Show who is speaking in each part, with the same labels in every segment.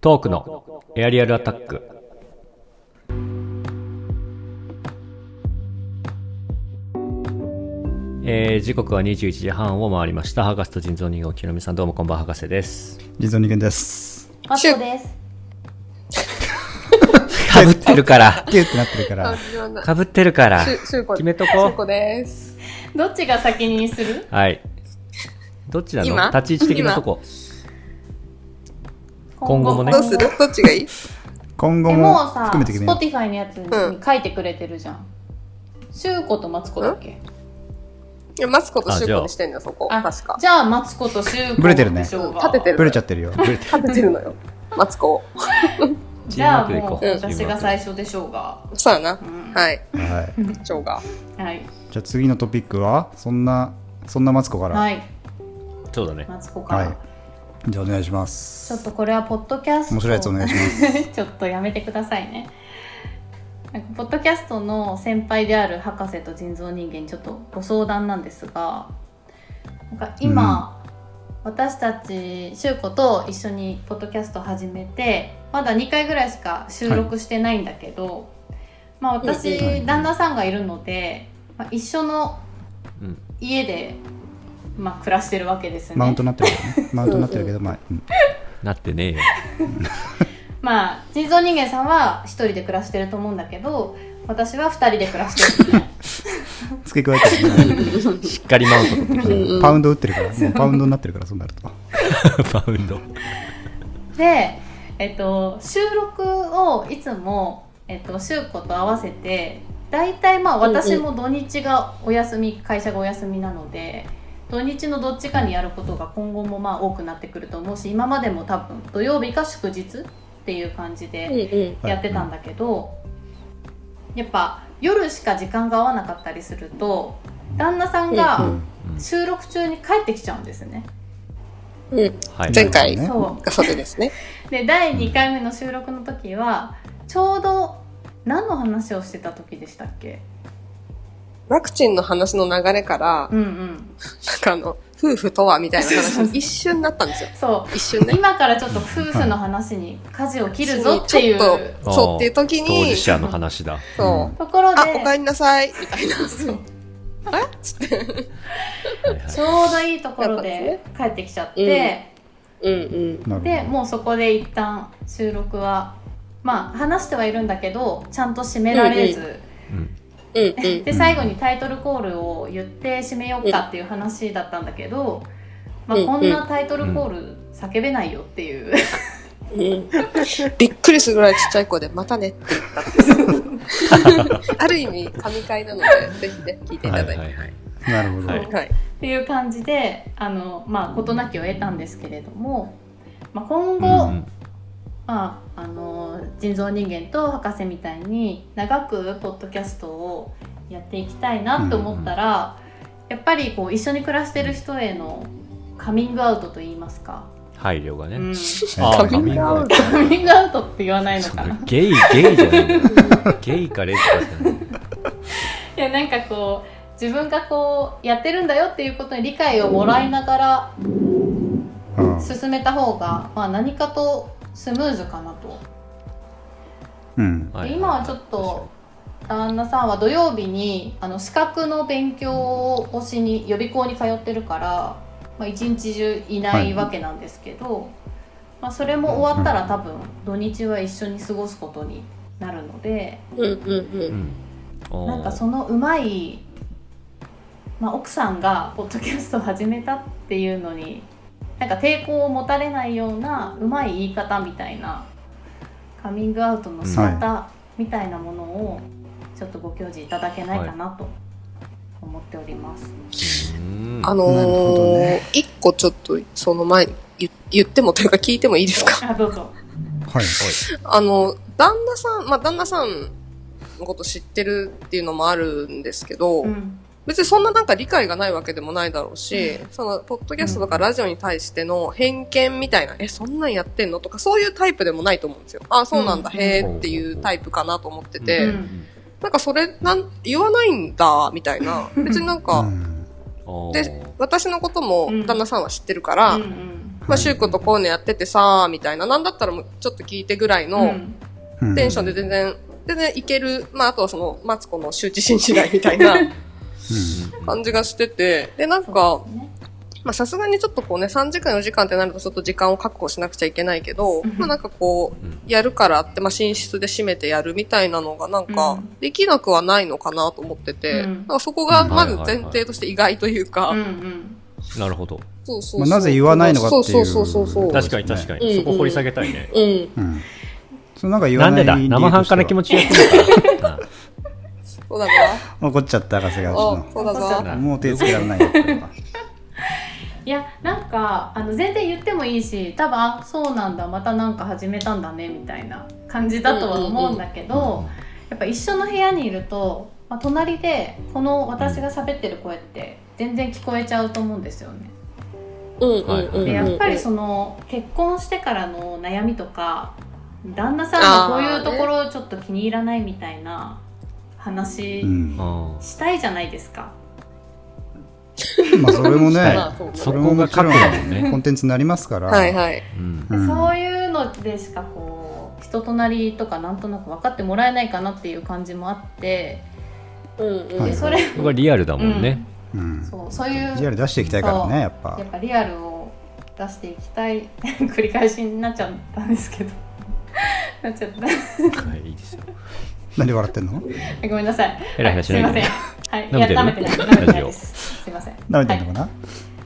Speaker 1: トークのエアリアルアタック。えー時刻は21時半を回りました。博士と人造人形、きのみさん、どうもこんばんは、博士です。
Speaker 2: リゾニゲンです。
Speaker 3: マットです。
Speaker 1: かぶってるから。
Speaker 2: キューってなってるから。
Speaker 1: かぶってるから。
Speaker 4: しゅしゅうこ
Speaker 1: 決めと
Speaker 4: しゅう
Speaker 1: こ
Speaker 4: こです。
Speaker 3: どっちが先にする
Speaker 1: う。はい。どっちなの
Speaker 4: 今
Speaker 1: 立ち位置的なとこ。今後もね
Speaker 4: どうするどっちがいい
Speaker 2: 今後
Speaker 3: え
Speaker 2: も
Speaker 3: もうさ、
Speaker 2: 含めて決めよう。
Speaker 3: Spotify のやつに書いてくれてるじゃん。シュウコとマツコだっけ
Speaker 4: いやマツコと
Speaker 1: あ
Speaker 4: シュ
Speaker 1: じゃ
Speaker 4: ウ
Speaker 1: あ
Speaker 4: コにしてんだよ、そこ。
Speaker 3: あ
Speaker 4: 確か。
Speaker 3: じゃあマツコとシュウコ
Speaker 2: ブレてるね
Speaker 3: でしょうが
Speaker 4: 立ててる。
Speaker 2: ブレちゃってるよ。
Speaker 4: 立ててるのよ。マツコを。
Speaker 3: じゃあも
Speaker 1: チ
Speaker 3: う
Speaker 1: ームワークでいこう
Speaker 3: 私が最初でしょうが。
Speaker 4: そうやな
Speaker 3: う。ん
Speaker 4: はい。
Speaker 2: はい。
Speaker 4: ショウが。
Speaker 3: はい。
Speaker 2: じゃあ次のトピックはそんなそんなマツコから。は。
Speaker 3: はいい。
Speaker 1: そうだね。
Speaker 3: マツコから。
Speaker 2: じゃあお願いします。
Speaker 3: ちょっとこれはポッドキャスト。
Speaker 2: 面白いやつお願いし ます。
Speaker 3: ちょっとやめてくださいね。なんかポッドキャストの先輩である博士と人造人間にちょっとご相談なんですがなんか今、私たち柊子と一緒にポッドキャスト始めてまだ2回ぐらいしか収録してないんだけど、まあ私、
Speaker 2: うんうん
Speaker 3: 旦那さんがいるので、まあ、一緒の
Speaker 1: うん
Speaker 3: 家で、まあ、暮らしてるわけですね。
Speaker 2: マウントになってるけどね。マウントになってるけどまあ。うん
Speaker 1: なってねえよ。
Speaker 3: まあ人造人間さんは一人で暮らしてると思うんだけど私は二人で暮らしてる、ね、
Speaker 2: 付け加えてるね。
Speaker 1: しっかりマウント取って
Speaker 4: うんうん
Speaker 2: パウンド打ってるから。もうパウンドになってるからそうなると。
Speaker 1: きた。マウンド。
Speaker 3: で、えっと、収録をいつも、えっと、週子と合わせて大体まあ私も土日がお休み会社がお休みなので土日のどっちかにやることが今後もまあ多くなってくると思うし今までも多分土曜日か祝日っていう感じで。
Speaker 4: うん。
Speaker 2: はい
Speaker 3: やってたんだけど、やっぱ夜しか時間が合わなかったりすると旦那さん
Speaker 2: う
Speaker 3: が
Speaker 2: ん
Speaker 1: うん
Speaker 3: 収録中に帰ってきちゃうんですね。
Speaker 4: うん。
Speaker 1: はい。
Speaker 4: 前回
Speaker 2: ね
Speaker 3: そ
Speaker 4: がそれですね。
Speaker 3: うで第2回目の収録の時はちょうど何の話をしてた時でしたっけ
Speaker 4: ワクチンの話の流れから、
Speaker 3: うんうん
Speaker 4: なんかあの、夫婦とはみたいな話 に一瞬になったんですよ。
Speaker 3: そ
Speaker 4: 一瞬
Speaker 3: う
Speaker 4: ね。
Speaker 3: 今からちょっと夫婦の話に舵を切るぞってい
Speaker 4: ちょっ
Speaker 3: う
Speaker 1: あー
Speaker 4: と、そうっていう時
Speaker 1: 当事
Speaker 4: に、
Speaker 1: 者の話だ。
Speaker 4: そう。
Speaker 3: ところで
Speaker 4: あ、お帰りなさい、みたいな。そう。 あれつって。
Speaker 1: はいはい
Speaker 3: ちょうどいいところ
Speaker 4: やっ
Speaker 3: で帰ってきちゃって。
Speaker 4: うんうん。
Speaker 2: なるほど
Speaker 3: でもうそこで一旦収録はまあ話してはいるんだけどちゃんと締められず、
Speaker 1: うん
Speaker 4: うんうん。
Speaker 3: で最後にタイトルコールを言って締めようかっていう話だったんだけど、まあ、
Speaker 4: うん
Speaker 3: こんなタイトルコール叫べないよっていう、
Speaker 4: うん びっくりするぐらいちっちゃい声で、またねって言ったっていうある意味、神回なので、ぜひね、聞いてい
Speaker 1: は
Speaker 4: た
Speaker 1: い
Speaker 4: だ
Speaker 1: はい
Speaker 4: いて。
Speaker 1: はい。
Speaker 2: なるほど。
Speaker 1: は
Speaker 2: はいい。
Speaker 4: はい。
Speaker 3: っていう感じであの、まあ、事なきを得たんですけれども、まあ、今後、
Speaker 1: うんうん
Speaker 3: まあ、あの人造人間と博士みたいに長くポッドキャストをやっていきたいなと思ったら、やっぱりこう一緒に暮らしてる人へのカミングアウトと言いますか、
Speaker 1: 配慮が
Speaker 3: う
Speaker 1: ね。
Speaker 3: ん、
Speaker 1: あー
Speaker 4: カミングアウ
Speaker 2: ト。
Speaker 3: カミングアウトって言わないの
Speaker 1: そ
Speaker 3: か
Speaker 1: れ
Speaker 3: な。
Speaker 1: ゲイゲイじゃないんだよゲイかレズかじゃないんだよ
Speaker 3: いやなんかこう自分がこうやってるんだよっていうことに理解をもらいながら
Speaker 2: うん
Speaker 3: 進めた方が、まあ、何かとスムーズかなと。
Speaker 2: うん。
Speaker 1: はい
Speaker 3: 今はちょっと旦那さんは土曜日にあの資格の勉強をしに予備校に通ってるから、まあ、一日中いないわけなんですけど、まあ、それも終わったら多分土日は一緒に過ごすことになるので
Speaker 4: うんうん
Speaker 1: う
Speaker 4: うん。
Speaker 1: んおー
Speaker 3: なんかそのうまい、まあ、奥さんがポッドキャストを始めたっていうのになんか抵抗を持たれないようなうまい言い方みたいなカミングアウトの仕方みたいなものをちょっとご教示いただけないかなと思っております。
Speaker 1: うん
Speaker 4: あ
Speaker 2: なるほど
Speaker 4: のー
Speaker 2: ね、
Speaker 4: 一個ちょっと、その前に言言ってもというか聞いてもいいですか
Speaker 3: あどうぞ
Speaker 2: はい。
Speaker 4: あの、旦那さん、まあ、旦那さんのこと知ってるっていうのもあるんですけど、
Speaker 3: うん
Speaker 4: 別にそんななんか理解がないわけでもないだろうし、その、ポッドキャストとかラジオに対しての偏見みたいな、え、そんなんやってんのとか、そういうタイプでもないと思うんですよ。あ、そうなんだ、
Speaker 3: うん
Speaker 4: へーっていうタイプかなと思ってて、
Speaker 1: う
Speaker 3: う
Speaker 1: ん
Speaker 4: なんかそれ、なん、言わないんだ、みたいな。別になん
Speaker 2: う
Speaker 4: か、
Speaker 2: ん
Speaker 1: おー
Speaker 4: で、私のことも
Speaker 3: うん
Speaker 4: 旦那さんは知ってるから、
Speaker 3: うんうん
Speaker 4: まあ、シュウ君とこういうのやっててさ、みたいな、なんだったらもうちょっと聞いてぐらいの
Speaker 2: うん
Speaker 4: テンションで全然、全然いける、まあ、あとはその、マツコの周知心次第みたいな感じがしてて、で、なんか、まあ、さすがにちょっとこうね、3時間4時間ってなるとちょっと時間を確保しなくちゃいけないけど
Speaker 3: うん、
Speaker 4: まあ、なんかこう、やるからって、まあ、寝室で閉めてやるみたいなのが、なん
Speaker 3: う
Speaker 4: か
Speaker 3: ん、
Speaker 4: できなくはないのかなと思ってて、
Speaker 3: う
Speaker 4: なんんかそこがまず前提として意外というか、
Speaker 1: なるほど。
Speaker 4: そうそう
Speaker 2: ま
Speaker 4: そ
Speaker 2: あ
Speaker 4: う。
Speaker 2: なぜ言わないのかっていう
Speaker 4: そうそうそうそう。
Speaker 1: 確かに確かに。そこ掘り下げたいね。
Speaker 4: うん。
Speaker 2: うんそのなんか言わ
Speaker 1: なん
Speaker 2: ない
Speaker 1: でだ生半可な気持ちでやってる から。
Speaker 4: そうだぞ。
Speaker 2: ち怒っちゃった博士がう
Speaker 4: お
Speaker 2: ち
Speaker 4: そうだ
Speaker 3: そう
Speaker 4: ぞ
Speaker 1: だ。
Speaker 2: のもう手つけられないよこれはい
Speaker 3: やなんかあの全然言ってもいいし多分あそうなんだまたなんか始めたんだねみたいな感じだとは思うんだけど、やっぱ一緒の部屋にいると、まあ、隣でこの私が喋ってる声って全然聞こえちゃうと思うんですよね。
Speaker 4: うんうん
Speaker 1: はい
Speaker 4: うんうん。
Speaker 3: でやっぱりその結婚してからの悩みとか旦那さんのこういうところをちょっと気に入らないみたいな話
Speaker 2: うん
Speaker 1: う
Speaker 2: ま
Speaker 1: んうん
Speaker 3: したいじゃないですか。
Speaker 2: あそれもね
Speaker 4: まあそうだね
Speaker 1: そ
Speaker 2: それ
Speaker 1: こ
Speaker 2: も
Speaker 1: が
Speaker 2: もちろ
Speaker 1: 核
Speaker 2: ん
Speaker 1: だもんね。
Speaker 2: コンテンツになりますから
Speaker 4: はいはい。
Speaker 1: うん
Speaker 2: うん
Speaker 3: そういうのでしかこう人となりとかなんとなく分かってもらえないかなっていう感じもあって
Speaker 4: うんう
Speaker 2: は
Speaker 4: ん
Speaker 3: で
Speaker 2: い。
Speaker 3: それ
Speaker 1: そこがリアルだもんね。
Speaker 2: うん
Speaker 3: そうそういう
Speaker 2: リアル出していきたいからねやっぱ
Speaker 3: やっぱリアルを出していきたい 繰り返しになっちゃったんですけど なっちゃった
Speaker 1: はい、いいですよ。
Speaker 2: なんで笑ってんの
Speaker 3: ごめんなさい
Speaker 1: ヘラヘラしない
Speaker 3: は
Speaker 1: で
Speaker 3: いすいませんはいい
Speaker 1: 舐め
Speaker 3: や
Speaker 1: てる
Speaker 3: 舐めてない舐めてない
Speaker 1: ラジオ
Speaker 3: ですすいません
Speaker 2: なめてんのかな
Speaker 3: はい、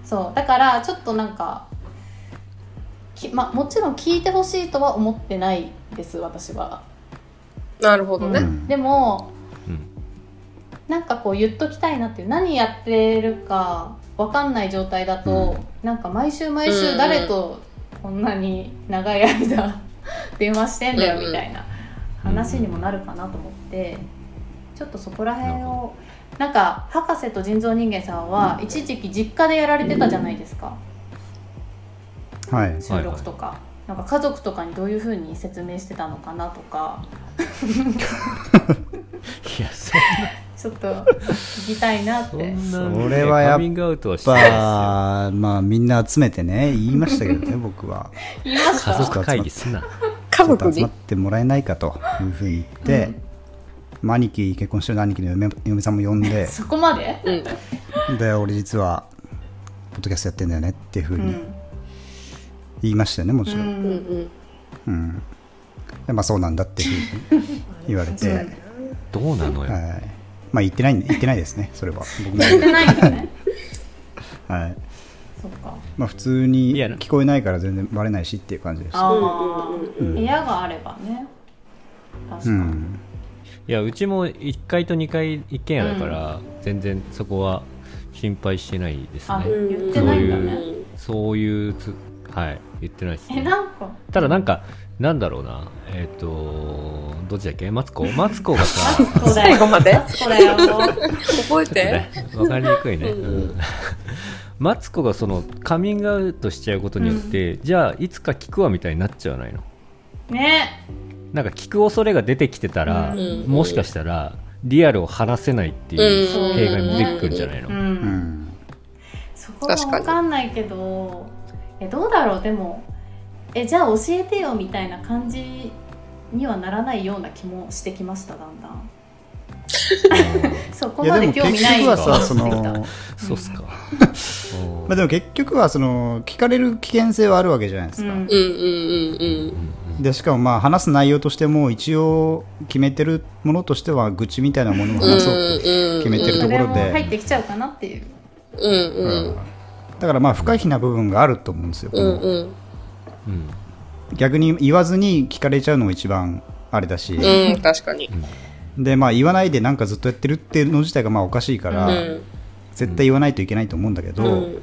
Speaker 3: そうだからちょっとなんかきまもちろん聞いてほしいとは思ってないです私は、
Speaker 4: なるほど
Speaker 2: う
Speaker 4: ね。
Speaker 2: ん
Speaker 3: でも
Speaker 1: うん
Speaker 3: なんかこう言っときたいなっていう何やってるかわかんない状態だと、なんか毎週毎週誰とこんなに長い間 電話してんだ
Speaker 4: う
Speaker 3: よ
Speaker 4: んうん
Speaker 3: みたいな話にもなるかなと思ってちょっとそこら辺
Speaker 1: なる
Speaker 3: をなんか博士と人造人間さんは一時期実家でやられてたじゃないですか
Speaker 2: はい
Speaker 3: 収録とか。なんか家族とかにどういうふうに説明してたのかなとか
Speaker 1: いや、そ
Speaker 3: ちょっと聞きたいなって
Speaker 1: んな
Speaker 2: それはやっぱ
Speaker 1: カミングアウトはし
Speaker 2: や
Speaker 1: ない
Speaker 2: っ
Speaker 1: ですよ
Speaker 2: ぱまあみんな集めてね言いましたけどね僕は
Speaker 3: 言いました
Speaker 1: 家族会議すな。
Speaker 4: 家
Speaker 2: ちょっ
Speaker 4: 族
Speaker 2: と集ま
Speaker 4: に
Speaker 2: っ。てもらえないかというふうに言って、まあ兄貴結婚してる兄貴の嫁嫁さんも呼ん で
Speaker 3: そこまで
Speaker 4: うん。
Speaker 2: で俺実はポッドキャストやってんだよねっていうふう
Speaker 3: う
Speaker 2: に
Speaker 3: ん
Speaker 2: 言いましたよねもち
Speaker 3: う
Speaker 2: ろん、
Speaker 4: うんんうん。
Speaker 2: うんでまあそうなんだっていうふうに言われて、はい
Speaker 1: どうなのよ。
Speaker 2: まあ言ってないん言ってないですねそれは僕も、
Speaker 3: 言ってないよね
Speaker 2: はい
Speaker 3: そっか
Speaker 2: まあ、普通に
Speaker 1: いや
Speaker 2: 聞こえないから全然バレないしっていう感じでした
Speaker 3: あ
Speaker 4: うんうん
Speaker 3: ー
Speaker 4: うんうん
Speaker 3: 部屋があればね確か
Speaker 2: う
Speaker 3: に、
Speaker 2: ん
Speaker 1: いや、うちも1階と2階一軒家だから、全然そこは心配してないです
Speaker 3: あ
Speaker 1: ね。
Speaker 3: 言ってないんだね
Speaker 1: そうそういうつ、はい、言ってないです
Speaker 3: え
Speaker 1: ね。
Speaker 3: なんか
Speaker 1: ただなんか、なんだろうな、えっ、と、どっちだっけマツコマツコがさ、ち ょっ
Speaker 3: そうだ
Speaker 4: 最後
Speaker 3: よ
Speaker 4: まで
Speaker 3: そうだよ
Speaker 4: 覚え
Speaker 1: と
Speaker 4: て
Speaker 1: ね、わかりにくいね。
Speaker 4: うん
Speaker 1: うん マツコがそのカミングアウトしちゃうことによって、じゃあいつか聞くわみたいになっちゃわないの
Speaker 3: ね
Speaker 1: なんか聞く恐れが出てきてたら、
Speaker 4: うん
Speaker 1: もしかしたらリアルを話せないっていう
Speaker 3: うん
Speaker 1: 弊害も出てくるんじゃないの、
Speaker 3: うん、
Speaker 2: うん
Speaker 3: そこがわかんないけどえどうだろうでもえじゃあ教えてよみたいな感じにはならないような気もしてきましただんだんそ こ
Speaker 2: いや
Speaker 3: ま
Speaker 2: で
Speaker 3: で
Speaker 2: も
Speaker 3: 興味
Speaker 2: 結
Speaker 3: ない
Speaker 2: 局はさそ
Speaker 3: 気がしてきた
Speaker 2: の
Speaker 1: そうっすか、
Speaker 2: まあ、でも結局はその聞かれる危険性はあるわけじゃないですか、
Speaker 3: うん
Speaker 4: うんうんうん
Speaker 2: でしかもまあ話す内容としても一応決めてるものとしては愚痴みたいなものを
Speaker 4: うん。うん
Speaker 2: 話そう
Speaker 4: う
Speaker 2: 決
Speaker 4: ん。
Speaker 2: めてる
Speaker 3: そ
Speaker 2: とこ
Speaker 3: れ
Speaker 2: ろ
Speaker 3: も
Speaker 2: で
Speaker 3: 入ってきちゃうかなっていう
Speaker 4: うん
Speaker 2: と、
Speaker 4: うん。
Speaker 2: だからまあ不可避な部分があると思うんですよ、
Speaker 4: うんうん。
Speaker 1: うん
Speaker 2: 逆に言わずに聞かれちゃうのが一番あれだし、
Speaker 4: うん、確かに。
Speaker 2: でまあ言わないでなんかずっとやってるっていうの自体がまあおかしいから、
Speaker 4: うん。
Speaker 2: 絶対言わないといけないと思うんだけ
Speaker 4: う
Speaker 2: ど、
Speaker 4: ん。
Speaker 2: だか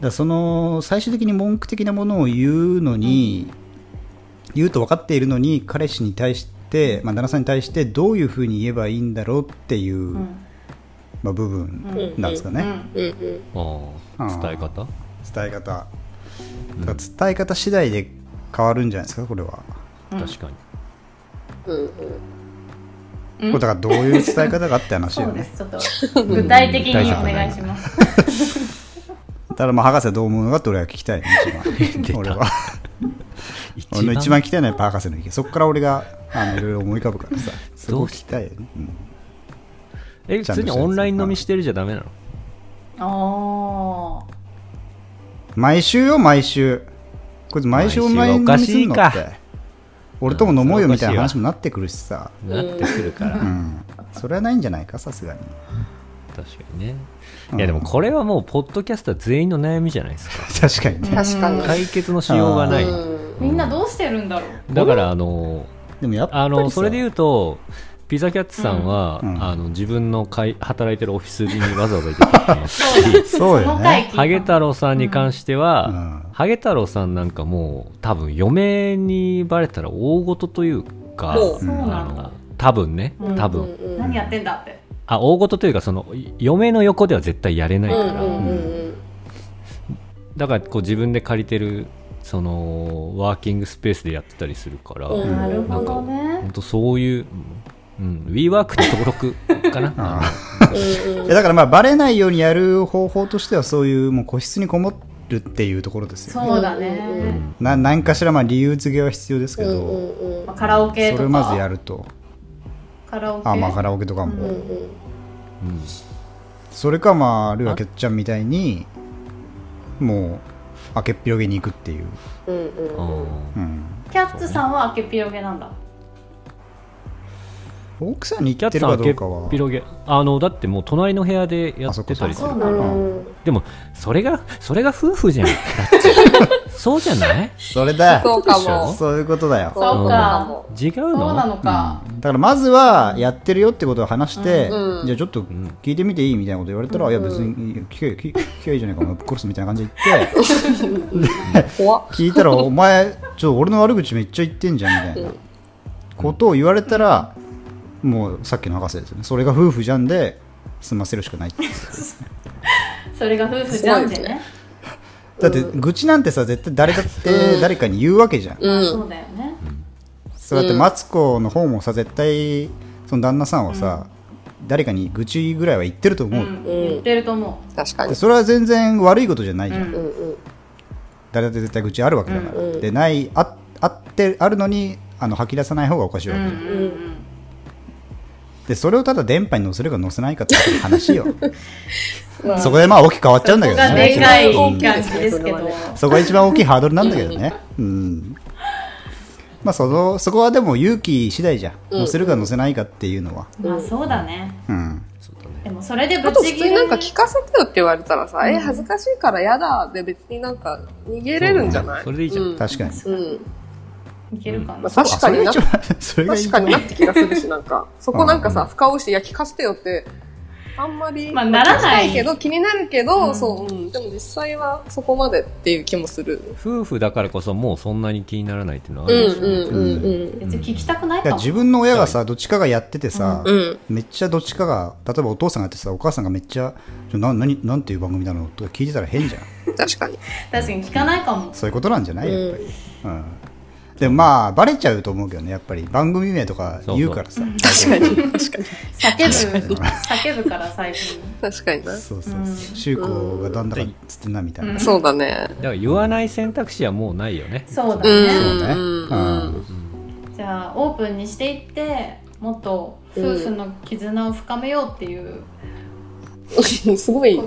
Speaker 2: らその最終的に文句的なものを言うのに、言うと分かっているのに彼氏に対して、まあ、旦那さんに対してどういうふうに言えばいいんだろうっていう、
Speaker 3: うん
Speaker 2: まあ、部
Speaker 3: う
Speaker 2: 分
Speaker 3: ん
Speaker 4: ん
Speaker 2: なんですか
Speaker 3: う
Speaker 2: ね、
Speaker 3: ん
Speaker 4: うんうん。
Speaker 1: ああ伝え方
Speaker 2: 伝え方だから伝え方次第で変わるんじゃないですかこれは、
Speaker 3: うん
Speaker 1: 確かに
Speaker 4: うん
Speaker 3: うん
Speaker 2: これだからどういう伝え方があって話
Speaker 3: そ
Speaker 2: よ
Speaker 3: うで
Speaker 2: ね
Speaker 3: すちょっと具体的にお願いします
Speaker 2: ただまあ博士はどう思うのかって俺は聞 きたいね
Speaker 1: 出
Speaker 2: 一
Speaker 1: た
Speaker 2: 番俺は俺の一番聞きたいのはやっぱ博士の意見そこから俺があのいろいろ思い浮か ぶからさそこ聞きたいよね、うん
Speaker 1: え普通にオンライン飲みしてるじゃダメなの
Speaker 3: あ
Speaker 2: 毎週よ毎週こいつ毎週オンライン飲みすんの
Speaker 1: 毎
Speaker 2: っ
Speaker 1: 週はおかしい
Speaker 2: て俺とも飲もうよみたいな
Speaker 1: うん
Speaker 2: 話
Speaker 1: そ
Speaker 2: もなってくるしさ
Speaker 1: なってくるから、
Speaker 2: うんそれはないんじゃないかさすがに
Speaker 1: 確かにね
Speaker 2: うん
Speaker 1: いやでもこれはもうポッドキャスター全員の悩みじゃないですか
Speaker 2: 確かに
Speaker 3: ー
Speaker 2: ね
Speaker 4: 確かに
Speaker 3: うん
Speaker 1: 解決のしようがない
Speaker 4: うん
Speaker 3: みんなどうしてるんだろう
Speaker 1: だからあの
Speaker 2: でもやっぱ
Speaker 1: あ
Speaker 2: り
Speaker 1: の
Speaker 2: さ
Speaker 1: それで言うとピザキャッツさんは、
Speaker 2: うん
Speaker 1: あの自分の会働いてるオフィスにわざわざ行ってき ますし
Speaker 2: そう
Speaker 3: そ
Speaker 2: よ
Speaker 3: の回
Speaker 2: ね
Speaker 3: 聞いた
Speaker 1: ハゲ太郎さんに関しては、
Speaker 2: うん
Speaker 1: ハゲ太郎さんなんかもう多分嫁にバレたら大事というか、
Speaker 4: お
Speaker 2: そう
Speaker 3: な
Speaker 1: あ
Speaker 3: んだ
Speaker 1: の多分ね
Speaker 3: うん
Speaker 1: 多分、
Speaker 4: うん
Speaker 3: 何やってんだって
Speaker 1: あ大事というかその嫁の横では絶対やれないから、
Speaker 4: うんうんうん
Speaker 1: だからこう自分で借りてるそのワーキングスペースでやってたりするから、
Speaker 4: うん
Speaker 3: なるほどね
Speaker 1: 本当そういう、うん、WeWork に登録かなあ
Speaker 2: あ
Speaker 4: うんうん
Speaker 2: いやだからまあバレないようにやる方法としてはそういうもう個室にこもるっていうところですよね
Speaker 3: そうだね、
Speaker 4: うん
Speaker 1: の
Speaker 4: うん
Speaker 2: な何かしらまあ理由付けは必要ですけ
Speaker 4: う
Speaker 2: ど、
Speaker 4: んうんうん
Speaker 3: まあ、カラオ
Speaker 2: そ
Speaker 3: ケ
Speaker 2: れ
Speaker 3: とか
Speaker 2: をまずやると
Speaker 3: カラオケ
Speaker 2: あまあカラオケとかも、
Speaker 4: うんうん
Speaker 1: うん
Speaker 2: それかまああるいはけっちゃんみたいにもう開けっ広げに行くっていう、
Speaker 4: うんうんうん
Speaker 1: うん
Speaker 2: うん、
Speaker 3: キャッツさんは開けっぴろげなんだ
Speaker 2: 奥さんに
Speaker 1: キャッ
Speaker 2: 行って
Speaker 1: ツ
Speaker 2: る
Speaker 1: さんは
Speaker 2: かどう
Speaker 1: 結
Speaker 2: かは
Speaker 1: 構広げあのだってもう隣の部屋でや
Speaker 2: あそ
Speaker 1: っ
Speaker 2: っか
Speaker 1: てたりす
Speaker 3: そ
Speaker 1: る
Speaker 3: う
Speaker 1: か
Speaker 3: な
Speaker 1: ら
Speaker 3: の
Speaker 4: うん
Speaker 1: でもそれがそれが夫婦じゃんだってそうじゃない
Speaker 2: それだ
Speaker 4: そうか
Speaker 1: でしょ
Speaker 4: も。
Speaker 2: そういうことだよ、
Speaker 4: そうかも。
Speaker 1: 違う
Speaker 3: そう
Speaker 1: の
Speaker 3: なのか、
Speaker 2: うんだからまずはやってるよってことを話して、
Speaker 4: うんうん
Speaker 2: じゃあちょっと聞いてみていいみたいなこと言われたら、いや別にいいよ聞けよ聞け聞けばいいじゃないかお前ぶっ殺すみたいな感じで言って
Speaker 4: 怖っ。
Speaker 2: 聞いたら、お前、ちょっと俺の悪口めっちゃ言ってんじゃんみたいなことを言われたら、もうさっきの博士ですよね、それが夫婦じゃんで済ませるしかないっていう
Speaker 3: それが夫婦じゃんでね
Speaker 2: だって、愚痴なんてさ、絶対誰だって誰かに言うわけじゃん。
Speaker 4: う
Speaker 3: そ
Speaker 4: ん。
Speaker 3: うだよね
Speaker 2: そうだって、マツコの方もさ、絶対、その旦那さんはさ、誰かに愚痴ぐらいは言ってると
Speaker 3: う
Speaker 2: 思う。
Speaker 3: ん、言ってると思
Speaker 4: 確か
Speaker 2: で
Speaker 4: に。
Speaker 2: それは全然悪いことじゃないじゃん。
Speaker 3: うん、
Speaker 4: うんうん。
Speaker 2: 誰だって絶対愚痴あるわけだから。
Speaker 4: うん
Speaker 2: で、ない、ああって、あるのに、あの吐き出さない方がおかしいうわ
Speaker 3: う
Speaker 2: け
Speaker 3: ん
Speaker 2: じゃん
Speaker 3: うんうん、
Speaker 2: でそれをただ電波に乗せるか乗せないかっていう話よ
Speaker 4: まあ
Speaker 2: そこでまあ大きく変わっちゃうんだけど
Speaker 3: が
Speaker 2: ね
Speaker 3: でかい
Speaker 2: うん
Speaker 3: 感じですけど、
Speaker 2: そこが一番大きいハードルなんだけどねうんまあそのそこはでも勇気次第じゃん乗せるか乗せないかっていうのは
Speaker 3: まあそうだね
Speaker 2: うん
Speaker 1: そうだね
Speaker 3: でもそれでぶ
Speaker 4: あと
Speaker 3: ち
Speaker 4: 普
Speaker 3: 切
Speaker 4: 通
Speaker 3: る
Speaker 4: になんか聞かせてよって言われたらさ、え、恥ずかしいからやだで別になんか逃げれるんじゃない
Speaker 1: そうねそれでいいじゃん
Speaker 4: うん。
Speaker 2: 確かに
Speaker 4: うん
Speaker 3: いけるかな
Speaker 4: まあ、、確かにな
Speaker 2: あそれが一番それが一
Speaker 4: 確か
Speaker 2: 番
Speaker 4: になって気がするし、なんか、そこなんか
Speaker 2: う
Speaker 4: さ、深追いして、いや、聞かせてよって、あんまり、
Speaker 3: まあならない
Speaker 4: 聞きたけど、気になるけど、
Speaker 3: うん
Speaker 4: そう、うん、でも実際はそこまでっていう気もする。
Speaker 1: 夫婦だからこそもうそんなに気にならないっていうのはあ
Speaker 4: うん
Speaker 1: るし、
Speaker 4: うんうんうん。
Speaker 3: 別に聞きたくない
Speaker 2: い
Speaker 3: か
Speaker 2: や
Speaker 3: も
Speaker 2: 自分の親がさどっちかがやっててさ、
Speaker 4: うん。
Speaker 2: めっちゃどっちかが例えばお父さんがやってさお母さんがめっちゃちょな何なんていう番組なのとか聞いてたら変じゃん
Speaker 4: 確かに。
Speaker 3: 確かに聞かないかも
Speaker 2: そういうことなんじゃないやっぱり、うんでもまあバレちゃうと思うけどねやっぱり番組名とか言うからさ
Speaker 4: 確かに。確かに。
Speaker 3: 叫ぶ叫ぶから最初に
Speaker 4: 確かにな。
Speaker 2: そうそうそう周公が旦那がつってんなみたいな、
Speaker 3: うん
Speaker 4: そうだね。
Speaker 1: だから言わない選択肢はもうないよね
Speaker 3: そうだ
Speaker 4: うん
Speaker 3: ね、
Speaker 2: ね
Speaker 4: うん。うん。
Speaker 3: じゃあオープンにしていってもっと夫婦の絆を深めようっていう、
Speaker 4: すごい、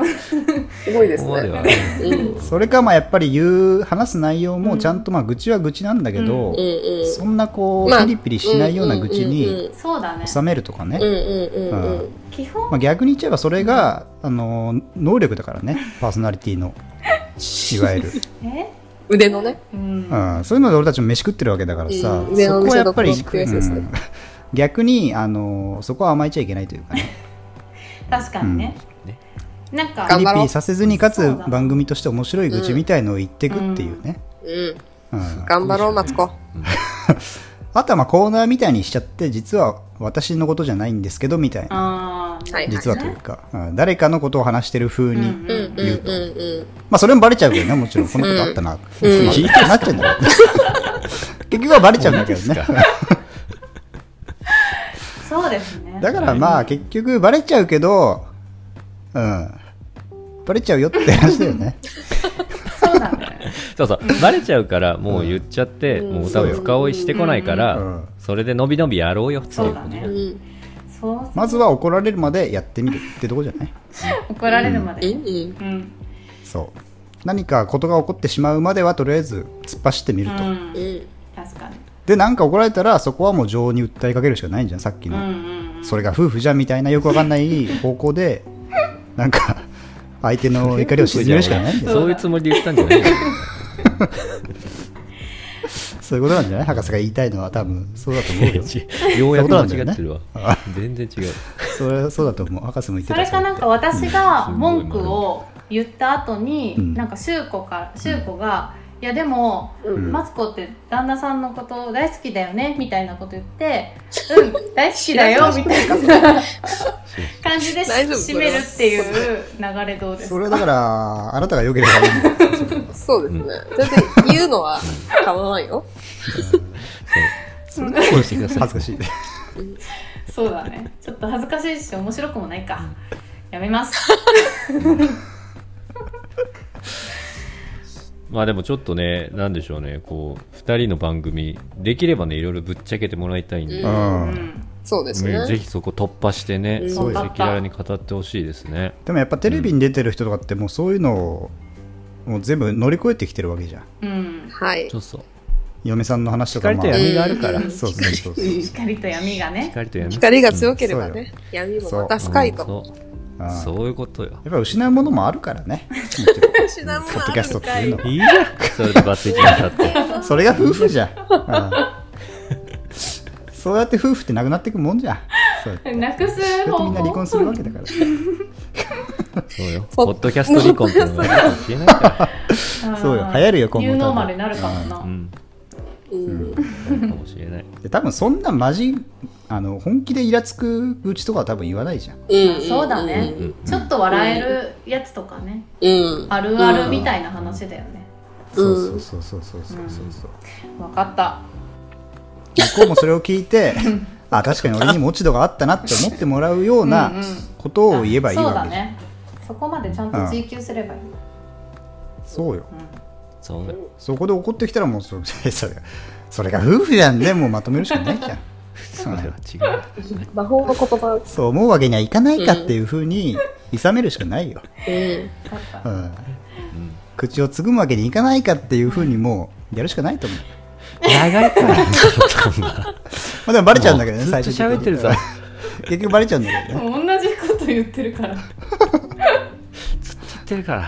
Speaker 4: すごいです
Speaker 1: ここまで
Speaker 4: ね。
Speaker 1: は
Speaker 4: うん。うん
Speaker 2: それかまあやっぱり言う話す内容もちゃんとまあ愚痴は愚痴なんだけど、
Speaker 4: うん。
Speaker 2: そんなこう、
Speaker 4: まあ
Speaker 2: ピリピリしないような愚痴に
Speaker 3: そうだね
Speaker 2: 収めるとかね、
Speaker 4: うんうんうんうん。
Speaker 3: 基本
Speaker 2: まあ、逆に言っちゃえばそれが、あの能力だからねパーソナリティのいわゆる、
Speaker 3: え
Speaker 4: 腕のね。
Speaker 3: うん
Speaker 2: うん、そういうので俺たちも飯食ってるわけだからさ、
Speaker 4: うん
Speaker 2: そこはやっぱり、
Speaker 4: 上の店だと食うやつですね
Speaker 2: うん逆にあのそこは甘えちゃいけないというかね
Speaker 3: 確かにね、なんか
Speaker 2: ピ
Speaker 4: 頑
Speaker 2: リ
Speaker 4: 張
Speaker 2: ピ
Speaker 4: ろう
Speaker 2: リさせずにかつ
Speaker 3: そうだ
Speaker 2: 番組として面白い愚痴みたいのを言ってくっていうね、
Speaker 4: うん。
Speaker 2: うん
Speaker 4: 頑張ろう、マツコ。
Speaker 2: あとはまあコーナーみたいにしちゃって実は私のことじゃないんですけどみたいな
Speaker 3: あー
Speaker 4: はい
Speaker 2: 実はというか、うん誰かのことを話してる風に、
Speaker 3: うん
Speaker 4: うん
Speaker 3: う
Speaker 4: うんんうん
Speaker 2: まあそれもバレちゃうけどねもちろんこんなことあったな、
Speaker 4: うん
Speaker 2: まあなっちゃうんだけどね結局はバレちゃうんだけどね
Speaker 3: そうですね
Speaker 2: だからまあ結局バレちゃうけど、うん、バレちゃうよって話だよ ね。
Speaker 3: そうなんだよね。
Speaker 1: そうそうバレちゃうからもう言っちゃって、
Speaker 4: うん
Speaker 1: もう多分深追いしてこないから、
Speaker 2: うん
Speaker 1: それでのびのびやろうよっていうこと
Speaker 3: そうだ
Speaker 4: う
Speaker 3: ね
Speaker 4: ん。
Speaker 3: そうそう
Speaker 2: まずは怒られるまでやってみるってとこじゃない
Speaker 3: 怒られるま
Speaker 4: う
Speaker 3: で。
Speaker 4: んうん。
Speaker 3: うん。
Speaker 2: そう。何かことが起こってしまうまではとりあえず突っ走ってみ
Speaker 3: う。
Speaker 2: ると。
Speaker 4: うんん。
Speaker 3: 確かに。
Speaker 2: で、なんか怒られたらそこはもう情に訴えかけるしかないんじゃん、さっき
Speaker 3: う
Speaker 2: の。
Speaker 3: んうんうん。
Speaker 2: それが夫婦じゃんみたいなよくわかんない方向 で、なんか相手の怒りを沈めるしかないんだよ。
Speaker 1: そういうつもりで言ったんじゃない
Speaker 2: そういうことなんじゃない博士が言いたいのは多分そうだと 思う
Speaker 1: よ
Speaker 2: よ。
Speaker 1: うやく
Speaker 2: そういうことなんだ
Speaker 1: 間
Speaker 2: よ
Speaker 1: 違
Speaker 2: ね
Speaker 1: ってるわ、全然違う
Speaker 2: それはそうだと思う。博士も言って
Speaker 3: そ
Speaker 2: た
Speaker 3: れかなんか私が
Speaker 1: うん
Speaker 3: 文句を言った後に、
Speaker 2: うん
Speaker 3: なんか柊子か柊子が「いやでも、
Speaker 4: うん
Speaker 3: マツコって旦那さんのこと大好きだよね」みたいなこと 言って「うん大好きだよ」みたいな 感じで
Speaker 4: 大丈夫
Speaker 3: 締めるっていう流れどうです
Speaker 2: そ
Speaker 3: か
Speaker 2: れはだから、あなたが良ければいいんだよ
Speaker 4: そうですね。全然言うのは構わないよ。
Speaker 2: それでしてください。恥ずかしい。
Speaker 3: そうだねちょっと恥ずかしいし面白くもないかやめます
Speaker 1: まあでもちょっとねなんでしょうねこう2人の番組できればねいろいろぶっちゃけてもらいたいんで、
Speaker 4: う
Speaker 2: う。
Speaker 3: うんん
Speaker 4: そうですね。
Speaker 1: ぜひそこ突破してね
Speaker 4: うん
Speaker 1: 赤
Speaker 2: そうです
Speaker 1: 裸々に語ってほしいですね
Speaker 2: でもやっぱテレビに出てる人とかってもうそういうのをもう全部乗り越えてきてるわけじゃん
Speaker 3: うん
Speaker 4: はい
Speaker 1: ち。ょっと
Speaker 2: 嫁さんの話とか
Speaker 1: 光
Speaker 2: も
Speaker 1: と闇があるから、
Speaker 4: うん
Speaker 2: そうそうそうそう
Speaker 3: 光と闇がね
Speaker 1: 光と闇
Speaker 4: 光が強ければね、闇もまた深いと
Speaker 1: う
Speaker 4: 思
Speaker 1: んそう
Speaker 2: ああ
Speaker 1: そういうことよ
Speaker 2: やっぱ失うものもあるからね
Speaker 4: う。失うも
Speaker 2: ポッ
Speaker 4: の
Speaker 2: ド
Speaker 4: あ
Speaker 2: キャ
Speaker 4: る
Speaker 2: スト
Speaker 4: み
Speaker 2: って
Speaker 4: た
Speaker 2: い
Speaker 4: いう
Speaker 2: の
Speaker 4: な。
Speaker 2: はい
Speaker 1: やそれでバツイチになって
Speaker 2: それが夫婦じゃんああそうやって夫婦ってなくなっていくもんじゃんそうやって
Speaker 3: なくす
Speaker 2: そうやって
Speaker 3: 方
Speaker 2: みんな離
Speaker 3: 法
Speaker 2: 婚するわけだから
Speaker 1: そうよ
Speaker 4: ポ
Speaker 1: ポ
Speaker 4: ッ
Speaker 1: ッドキャスト離婚っていうのがあるかもしれない か
Speaker 2: そうよ流行るよ今後
Speaker 3: ニューノ
Speaker 2: 多
Speaker 3: ーマル
Speaker 2: 分
Speaker 3: になるかもな、
Speaker 1: らうん
Speaker 4: うん。
Speaker 1: そうかもしれない
Speaker 2: で多分そんなマジあの本気でイラつく愚痴とかは多分言わないじゃん
Speaker 4: うん
Speaker 3: そうだね、
Speaker 1: うん
Speaker 3: ちょっと笑えるやつとかね、
Speaker 4: うん。
Speaker 3: あるあるみたいな話だよね、
Speaker 2: そうそうそうそうそうそうそう
Speaker 3: 分かった
Speaker 2: 向こうもそれを聞いてあ確かに俺にも落ち度があったなって思ってもらうような
Speaker 3: うんうん
Speaker 2: ことを言えばいい
Speaker 3: そう
Speaker 2: わ
Speaker 3: だ
Speaker 2: けじゃん
Speaker 3: ねそこまでちゃんと追求すればいい、
Speaker 2: そうよ
Speaker 1: そうよ
Speaker 2: そこで怒ってきたらもうそうそれがそれが夫婦じゃんねもうまとめるしかないじゃん
Speaker 1: それは違う
Speaker 4: 魔法の言葉。
Speaker 2: そう思うわけにはいかないかっていうふうにいさめるしかないよ、
Speaker 4: うん。
Speaker 3: 分かった
Speaker 2: うん、口をつぐむわけにいかないかっていうふうにもうやるしかないと思う、
Speaker 1: 長いから
Speaker 2: まあ、でもバレちゃうんだけどね
Speaker 1: ずっ
Speaker 2: 最
Speaker 1: と
Speaker 2: 初
Speaker 1: 喋ってるさ
Speaker 2: 結局バレちゃうんだけどね
Speaker 3: もう同じこと言ってるから
Speaker 1: 知ってるから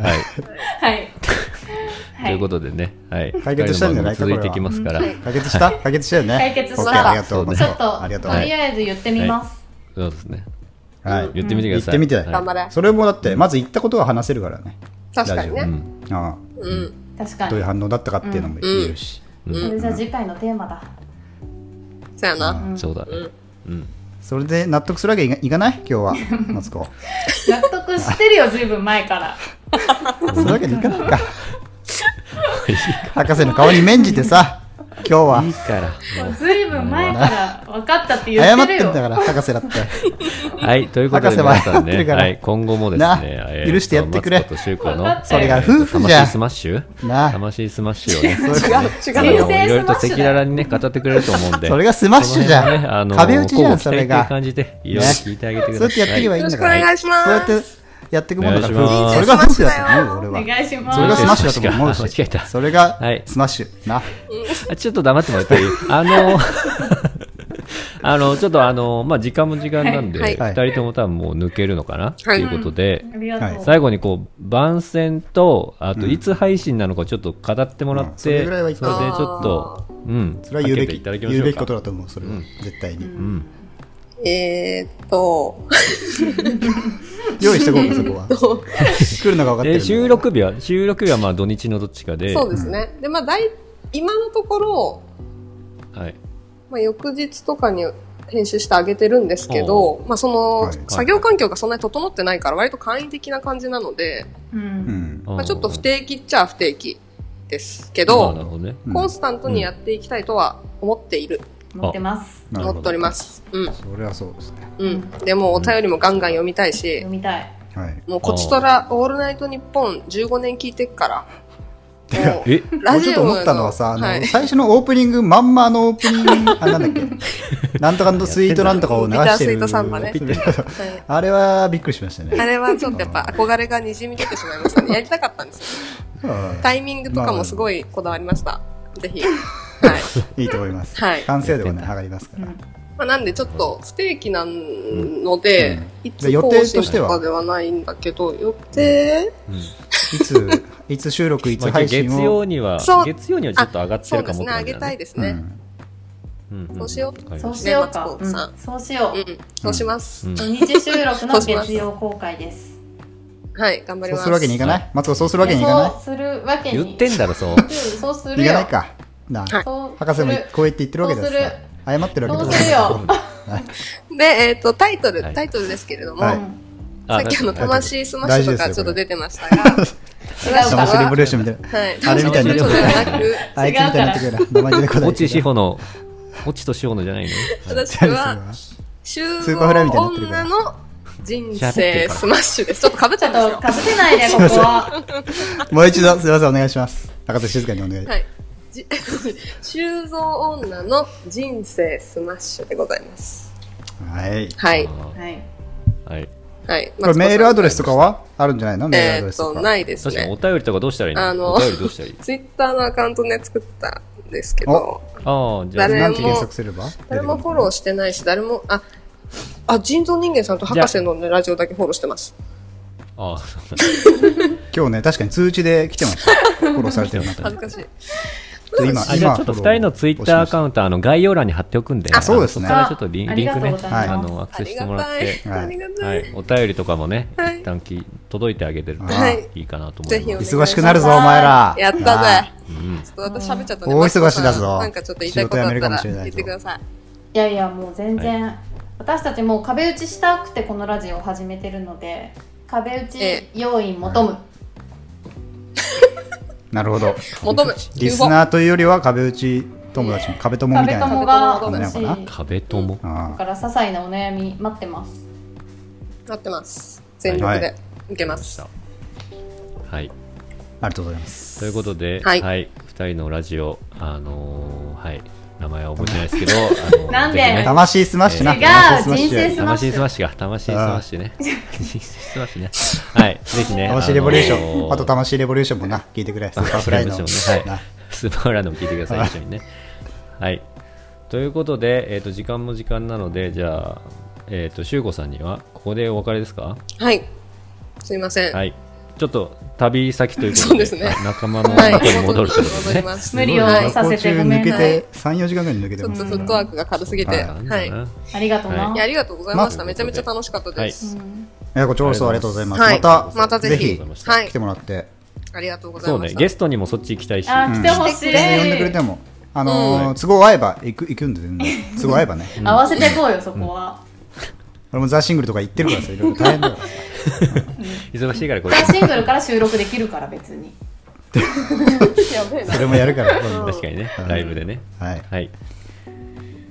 Speaker 1: はい
Speaker 3: はいは
Speaker 1: というこ
Speaker 3: い
Speaker 1: とでね、はい、
Speaker 2: 解決したんじゃないか
Speaker 1: 続いていきますから、
Speaker 2: 解決した解決したよね
Speaker 3: 解決した
Speaker 2: OK ありがとう
Speaker 1: そうね
Speaker 3: ちょっと
Speaker 2: ありがとう、
Speaker 3: とりあえず言ってみます、
Speaker 1: そうですね
Speaker 2: はい
Speaker 1: 言ってみてください、
Speaker 2: 言ってみて
Speaker 1: は
Speaker 4: 頑張れ。
Speaker 2: それもだってまず言ったことが話せるからね
Speaker 4: 確かに
Speaker 1: い、う
Speaker 4: ね。
Speaker 1: ん
Speaker 2: あ
Speaker 4: うん。
Speaker 3: 確か
Speaker 2: あ
Speaker 3: に
Speaker 2: どういう反応だったかっていうのも言えるし、
Speaker 1: うん
Speaker 3: それじゃあ次回のテーマだ
Speaker 4: そうやな。
Speaker 1: そうだねうん、
Speaker 2: それで納得するわけにいかいかない今日はマツコ
Speaker 3: 納得してるよずいぶん前から
Speaker 2: するわけにいかないか博士の顔に免じてさ今日はい
Speaker 1: いからも
Speaker 3: ずいぶん前から分かったって 言
Speaker 2: 謝
Speaker 3: っ
Speaker 2: ってて
Speaker 3: る
Speaker 2: ん
Speaker 3: よ
Speaker 2: だから博士だって
Speaker 1: うはいということで
Speaker 2: 博士は
Speaker 1: 皆さん
Speaker 2: やって
Speaker 1: ね、
Speaker 2: るから
Speaker 1: はい、今後もです
Speaker 2: な
Speaker 1: ね、
Speaker 2: 許してやってくれ
Speaker 1: マツコとシュウコ
Speaker 3: わかっ
Speaker 1: の
Speaker 3: たそれ
Speaker 2: が夫婦じ
Speaker 1: えー
Speaker 2: ゃん
Speaker 1: と魂スマッシュ
Speaker 2: な
Speaker 1: 魂スマッシュをね
Speaker 4: 違
Speaker 1: あ
Speaker 4: う
Speaker 1: の
Speaker 4: 違う。
Speaker 3: 人生スマッシュだよ
Speaker 1: いろいろと赤裸々にね語ってくれると思うんで
Speaker 2: それがスマッシュじゃん、
Speaker 1: その辺はね
Speaker 2: 壁打ちじゃん
Speaker 1: 乞
Speaker 2: そう
Speaker 1: ご期待ってい
Speaker 2: れ
Speaker 1: う
Speaker 2: が
Speaker 1: 感じでいろいろ聞いてあげてくだ
Speaker 2: そう
Speaker 1: さ
Speaker 2: や
Speaker 1: い
Speaker 2: ってやっていけばいい
Speaker 4: よ
Speaker 2: んだ
Speaker 4: ろしくお
Speaker 2: から
Speaker 4: 願いし
Speaker 2: そうや
Speaker 4: ま
Speaker 2: って
Speaker 4: す。
Speaker 2: やっていくもんだから
Speaker 1: お願いします
Speaker 2: それが夫婦だと思うよ
Speaker 3: お
Speaker 2: 俺は
Speaker 3: 願いしま
Speaker 2: それが
Speaker 3: す
Speaker 2: スマッシュだと思う
Speaker 1: そうです
Speaker 2: し
Speaker 1: 間違えた
Speaker 2: それが
Speaker 1: はい
Speaker 2: スマッシュな
Speaker 1: あちょっと黙ってもらっていいあの、 あの、ちょっとあの、まあ、時間も時間なんで、
Speaker 4: は
Speaker 1: 二
Speaker 4: いはい
Speaker 1: 人とも多分もう抜けるのかな、と
Speaker 4: はい
Speaker 1: いうことで、
Speaker 3: ありがとう、
Speaker 2: はい
Speaker 1: 最後にこう、番宣と、あと、いつ配信なのかちょっと語ってもら
Speaker 2: うん
Speaker 1: っ
Speaker 2: それ
Speaker 1: て、
Speaker 2: ぐらいは言っ
Speaker 1: そ
Speaker 2: た
Speaker 1: れでちょっと、うん、
Speaker 2: それは言うべ
Speaker 1: 分けて
Speaker 2: き
Speaker 1: いただきましょ
Speaker 2: 言
Speaker 1: う
Speaker 2: う
Speaker 1: か。
Speaker 2: べきことだと思うそれは、絶対に、
Speaker 1: うん。
Speaker 4: えーっと、
Speaker 2: 用意してこうかそこは来るのが分かって
Speaker 1: で、
Speaker 2: るんだから
Speaker 1: 収録日は、収録日はまあ土日のどっちかで、
Speaker 4: そうですね。で、まあ、だい、今のところ、
Speaker 1: はい。
Speaker 4: まあ、翌日とかに編集してあげてるんですけど、まあ、そ
Speaker 2: は
Speaker 4: の
Speaker 2: い、
Speaker 4: 作業環境がそんなに整ってないから、割と簡易的な感じなので、
Speaker 3: う、
Speaker 2: うんん
Speaker 4: まあ、ちょっと不
Speaker 1: 定
Speaker 4: 定期っちゃ不定期ですけ
Speaker 1: となる
Speaker 4: ど、
Speaker 1: ほどね。
Speaker 2: うん
Speaker 4: コンスタントにやっていきたいとは思っている、
Speaker 3: 持ってます
Speaker 2: なるほ
Speaker 4: 思
Speaker 2: ど
Speaker 4: っております。うん、
Speaker 2: それはそうですね
Speaker 4: うん。でも、お便りもガンガン読みたいし、
Speaker 3: 読みたい
Speaker 2: はい。
Speaker 4: もうこちとらオールナイトニッポン15年聞いてっから。もう
Speaker 1: え
Speaker 4: ラ
Speaker 2: 俺ちょ
Speaker 4: ジ
Speaker 2: っ
Speaker 4: オ
Speaker 2: と
Speaker 4: の
Speaker 2: 思ったのはさ、あの、
Speaker 4: はい
Speaker 2: 最初のオープニング、まんまあのオープニング、あ、なんだっけ、なんとかのスイートなんとかを流してる。
Speaker 4: ビタースイートサンバね
Speaker 2: ビタースイート
Speaker 4: はい
Speaker 2: あれはびっくりしましたね。
Speaker 4: あれはちょっとやっぱ憧れがにじみ出てしまいましたね。やりたかったんですよ。
Speaker 2: うん
Speaker 4: タイミングとかもすごいこだわりました。ぜ ひ。はい。
Speaker 2: いいと思います。
Speaker 4: はい
Speaker 2: 完成度がね、上がりますから。
Speaker 4: まあ、なんでちょっと不定期なので、
Speaker 2: うん
Speaker 4: い
Speaker 2: で
Speaker 4: つ
Speaker 2: 予
Speaker 4: 更
Speaker 2: 定と
Speaker 4: 新
Speaker 2: して
Speaker 4: と
Speaker 2: は
Speaker 4: かではないんだけど、予定、
Speaker 1: うん
Speaker 2: いつ、いつ収録、い
Speaker 1: ま
Speaker 2: つ
Speaker 1: あ、
Speaker 2: 配
Speaker 1: 月
Speaker 2: 信
Speaker 1: 曜
Speaker 2: を。
Speaker 1: には
Speaker 4: そう
Speaker 1: 月曜にはちょっと上がって
Speaker 4: そう
Speaker 1: るか
Speaker 4: で
Speaker 1: もっ
Speaker 4: す
Speaker 1: て
Speaker 4: ね、あ
Speaker 1: 感じ
Speaker 4: げ
Speaker 1: だ
Speaker 4: たい
Speaker 1: ね。
Speaker 4: ですね。
Speaker 1: うんうん
Speaker 4: そうしよう
Speaker 1: わかり
Speaker 3: そ
Speaker 1: ま
Speaker 3: う
Speaker 1: し
Speaker 3: しよう
Speaker 4: ね
Speaker 3: か
Speaker 4: マ、ツ
Speaker 3: う
Speaker 4: コさん
Speaker 3: ん、そうしよ
Speaker 4: う
Speaker 3: う、
Speaker 4: ん、そうします。
Speaker 1: うん
Speaker 3: 土日収録の月曜公開です
Speaker 4: はい、頑張
Speaker 2: そ
Speaker 4: り
Speaker 2: う
Speaker 4: ます。
Speaker 2: するわけにいかないマツコ、そうするわけにいかない
Speaker 3: そうするわ
Speaker 1: た
Speaker 3: けに
Speaker 1: 言ってんだろそう
Speaker 3: うんそうするよ
Speaker 2: いかないか。なあ、
Speaker 3: そう
Speaker 2: 博士も
Speaker 3: する
Speaker 2: こう言って言ってるわけですから
Speaker 3: そう
Speaker 2: 謝ってるわけ
Speaker 3: そう
Speaker 2: です
Speaker 3: るよ、
Speaker 4: で、えっ、と、タイトル、
Speaker 1: はい
Speaker 4: タイトルですけれども、
Speaker 2: は
Speaker 3: う
Speaker 2: い
Speaker 3: ん
Speaker 1: あ
Speaker 4: さっきあの、
Speaker 1: だって
Speaker 4: 魂スマッシュと
Speaker 2: 大
Speaker 4: か
Speaker 2: 事です
Speaker 4: ち
Speaker 2: よ
Speaker 4: ょっと出てました が、
Speaker 3: 違うか
Speaker 2: サマ
Speaker 3: ら
Speaker 2: ッシュレボリューションみたいな。
Speaker 4: はい、
Speaker 2: あれみたいになっちゃ
Speaker 4: 魂
Speaker 2: っ
Speaker 4: スマッシュとではなく、
Speaker 2: あいつみたいになってくるな。名前出てこない。
Speaker 1: オチ志保のオチと志保のじゃないの
Speaker 4: 私
Speaker 2: 誰それ
Speaker 4: は、集
Speaker 2: スーパーフライみたいになってるか
Speaker 4: 女
Speaker 2: ら
Speaker 4: の人生スマッシュです。ちょっとかぶっち
Speaker 3: ち
Speaker 4: ゃ
Speaker 3: ょ
Speaker 4: っ
Speaker 3: った
Speaker 4: んです
Speaker 3: とかぶ
Speaker 4: よ。
Speaker 3: せないでここは
Speaker 2: もう一度、すいません、お願いします。博士、静かにお願い。
Speaker 4: はい。じ 修造女の人生スマッシュでございます。
Speaker 2: はい。
Speaker 4: はい。
Speaker 1: あ
Speaker 3: はい
Speaker 1: ーはい
Speaker 4: はい。
Speaker 2: これメールアドレスと
Speaker 4: か
Speaker 2: かはあるんじゃないのメールア
Speaker 4: え
Speaker 2: ド
Speaker 4: ー
Speaker 2: レ
Speaker 4: っ
Speaker 2: スと
Speaker 4: と、
Speaker 2: か。
Speaker 4: ないです
Speaker 1: 確かにお
Speaker 4: ね。
Speaker 1: 便りとかどうしたらいいの
Speaker 4: あの
Speaker 1: お便りどうしたらいい
Speaker 4: ツイッターのアカウントね、作ったんですけど、
Speaker 1: ああじゃあ
Speaker 4: 誰
Speaker 2: なんて検索すれば
Speaker 4: 誰もフォローしてないし、誰も、あ、あ、人造人間さんと博士のね、ラジオだけフォローしてます。
Speaker 1: ああそう
Speaker 2: 今日ね、確かに通知で来てました。フォローされてるな
Speaker 4: 恥ずかしい。
Speaker 2: と今
Speaker 1: あじゃあちょっと2人のツイッターアカ
Speaker 2: ン
Speaker 1: ウントあの概要欄に貼っておくんで、
Speaker 4: あ
Speaker 2: そうですね
Speaker 1: そこからちょっとリン
Speaker 3: あ
Speaker 1: リンク
Speaker 3: あり
Speaker 1: ね
Speaker 3: がとうご、ざい
Speaker 2: ます
Speaker 1: あのアク
Speaker 4: あ
Speaker 1: セスし
Speaker 4: り
Speaker 1: ても
Speaker 4: が
Speaker 1: らった
Speaker 4: い
Speaker 1: て。、
Speaker 2: はい
Speaker 4: ありが
Speaker 1: は
Speaker 4: た
Speaker 1: い
Speaker 4: い。、
Speaker 1: お便りとかもね、
Speaker 4: はい
Speaker 1: 一旦き届いてあげてると
Speaker 4: はい
Speaker 1: いいかなと思
Speaker 4: ぜ
Speaker 1: い
Speaker 4: ひお
Speaker 1: ま
Speaker 4: 願い
Speaker 1: す。
Speaker 2: 忙しくなるぞ、お前ら。
Speaker 4: やったぜ。
Speaker 1: うん
Speaker 4: ちょっと私喋っちゃったね。
Speaker 2: 大忙しだぞ
Speaker 4: なんかちょっと言いたいことあっ
Speaker 2: 仕事辞めるか
Speaker 4: た
Speaker 2: も
Speaker 4: ら
Speaker 2: しれ
Speaker 4: 言
Speaker 2: ないぞ
Speaker 4: ってください。
Speaker 3: いやいやもう全然、私たちもう壁打ちしたくてこのラジオを始めてるので壁打ち
Speaker 4: え
Speaker 3: 要因求む、
Speaker 2: なるほど。
Speaker 4: 求む。
Speaker 2: リスナーというよりは壁打ち友達、壁友みたい
Speaker 3: 壁
Speaker 2: な。
Speaker 3: 友が欲しい
Speaker 2: なのか
Speaker 3: だ
Speaker 1: 壁とも、
Speaker 2: ああ
Speaker 3: から些細なお悩み待ってます
Speaker 4: なってます。全力
Speaker 2: は
Speaker 4: で
Speaker 2: い
Speaker 4: いけます。
Speaker 1: はい。
Speaker 2: ありがとうございます。
Speaker 1: ということで、
Speaker 4: はい
Speaker 1: 二人のラジオ、あのーはい、名前は覚えてないで すけど、あのー
Speaker 3: なんで
Speaker 1: ぜひね
Speaker 2: 魂スマッシュな。
Speaker 1: 違う
Speaker 2: 魂スマッシ
Speaker 3: 人
Speaker 2: ュ
Speaker 1: 魂スマッシュが、魂スマッシュね。魂スマッシュね。はい、ぜひね。
Speaker 2: 魂レボリューシ
Speaker 1: あの
Speaker 2: ョン。
Speaker 1: ー
Speaker 2: あと魂レボリューションもな、聞いてくれ。スーパーフライの。
Speaker 1: そうですよね
Speaker 2: な
Speaker 1: はい、スーパーフライドも聞いてくださ、
Speaker 2: はいい
Speaker 1: 一緒にね。はい。ということで、えっ、と、時間も時間なので、じゃあ、えっ、と、しゅうこさんには、ここでお別れですか
Speaker 4: はい。すいません。
Speaker 1: はい。ちょっと、旅先ということで、
Speaker 4: そうですね
Speaker 1: あ仲間の中に戻るということで
Speaker 4: 戻り
Speaker 1: ね。
Speaker 4: ます。
Speaker 3: 無理を
Speaker 4: はい
Speaker 3: させてごめん
Speaker 2: 旅
Speaker 3: な
Speaker 2: 行中抜け
Speaker 3: さい
Speaker 2: て、3、4時間ぐらい抜け
Speaker 4: ち
Speaker 2: て
Speaker 4: ょ
Speaker 2: ま
Speaker 4: っ
Speaker 2: す
Speaker 4: と
Speaker 2: ね
Speaker 4: フットワークが軽すぎて。
Speaker 2: はい
Speaker 4: はい。い
Speaker 1: なんだな
Speaker 3: ありがとうな、
Speaker 1: はい
Speaker 4: や、ありがとうございまし
Speaker 1: ま
Speaker 4: た。
Speaker 1: あ
Speaker 4: めちゃめちゃ楽しかったです。
Speaker 3: うん
Speaker 2: いや、こちらこそありがとうございます。
Speaker 4: は
Speaker 2: ま
Speaker 4: い
Speaker 2: た、
Speaker 4: またぜひ。は
Speaker 2: 来
Speaker 4: い
Speaker 2: て。もらって。
Speaker 4: ありがとうござい
Speaker 1: そう
Speaker 4: ま
Speaker 1: ね、
Speaker 4: し
Speaker 1: ゲ
Speaker 4: た。
Speaker 1: ストにもそっち行きたいし。
Speaker 3: あー来てほしい、
Speaker 4: う
Speaker 2: 全
Speaker 4: ん
Speaker 2: 然呼んでくれても。あの
Speaker 1: うん
Speaker 2: ー、都合合えば行く、行くんで、全然。都合合えばね。
Speaker 3: 合わせてこうよそこは、
Speaker 2: 俺もザ・シングルとか行ってるからさ、いろいろ大変だからさ。
Speaker 1: 忙しいから、これ
Speaker 3: ザ。シングルから収録できるから別に
Speaker 4: やべえな
Speaker 2: それもやるから、今度
Speaker 1: 確かにね、ライブでね。
Speaker 2: はい。
Speaker 1: はい。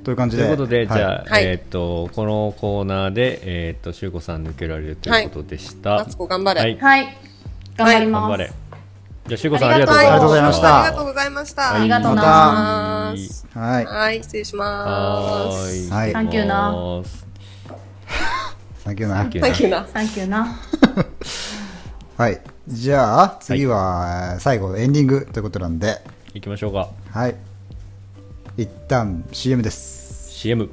Speaker 2: という感
Speaker 1: と
Speaker 2: じ
Speaker 1: い
Speaker 2: で。
Speaker 1: うことで、じ
Speaker 2: はい
Speaker 1: ゃあ、
Speaker 4: はい
Speaker 1: えっ、と、このコーナーで、えっ、と、しゅうこさん抜けられるということでした。
Speaker 4: マツコ頑張れ。
Speaker 1: はい
Speaker 3: はい頑張ります、
Speaker 1: 頑張れ。じゃあ、しゅうこさんあ
Speaker 3: あ
Speaker 1: り
Speaker 3: り
Speaker 1: が
Speaker 3: が
Speaker 1: とう
Speaker 3: とう
Speaker 1: ご
Speaker 3: ご
Speaker 1: ざ
Speaker 3: ざ
Speaker 1: い
Speaker 3: い
Speaker 1: ま
Speaker 3: ま
Speaker 1: し。
Speaker 3: した
Speaker 2: ざいました
Speaker 4: ありがとうございました。
Speaker 3: ありがと
Speaker 2: ま
Speaker 3: うな
Speaker 2: た
Speaker 4: はい
Speaker 2: はい。
Speaker 4: はい、失礼しま
Speaker 1: は
Speaker 4: す。
Speaker 1: い。
Speaker 2: はい
Speaker 3: サンキューな
Speaker 2: サンキューな。
Speaker 1: Thank you
Speaker 4: サンキューな。
Speaker 3: サンキューな
Speaker 2: はい。じゃあ、次は、最後、エンディングということなんで、
Speaker 1: 行きましょうか。
Speaker 2: はい。一旦 CM です。
Speaker 1: CM。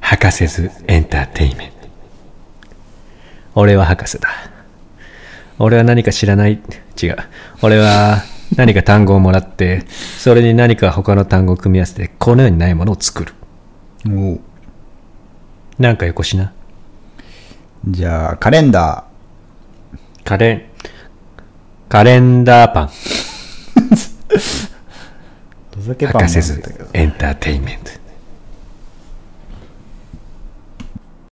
Speaker 5: 博士ズエンターテインメント俺は博士だ俺は何か知らない違う俺は何か単語をもらってそれに何か他の単語を組み合わせてこのようにないものを作る
Speaker 2: もう、
Speaker 5: なんかよこしな
Speaker 2: じゃあ、カレンダ
Speaker 5: カレンカレンダーパン
Speaker 2: ー。ふざけパン
Speaker 5: 博士
Speaker 2: なんだ
Speaker 5: ズ
Speaker 2: けど
Speaker 5: エンターテインメント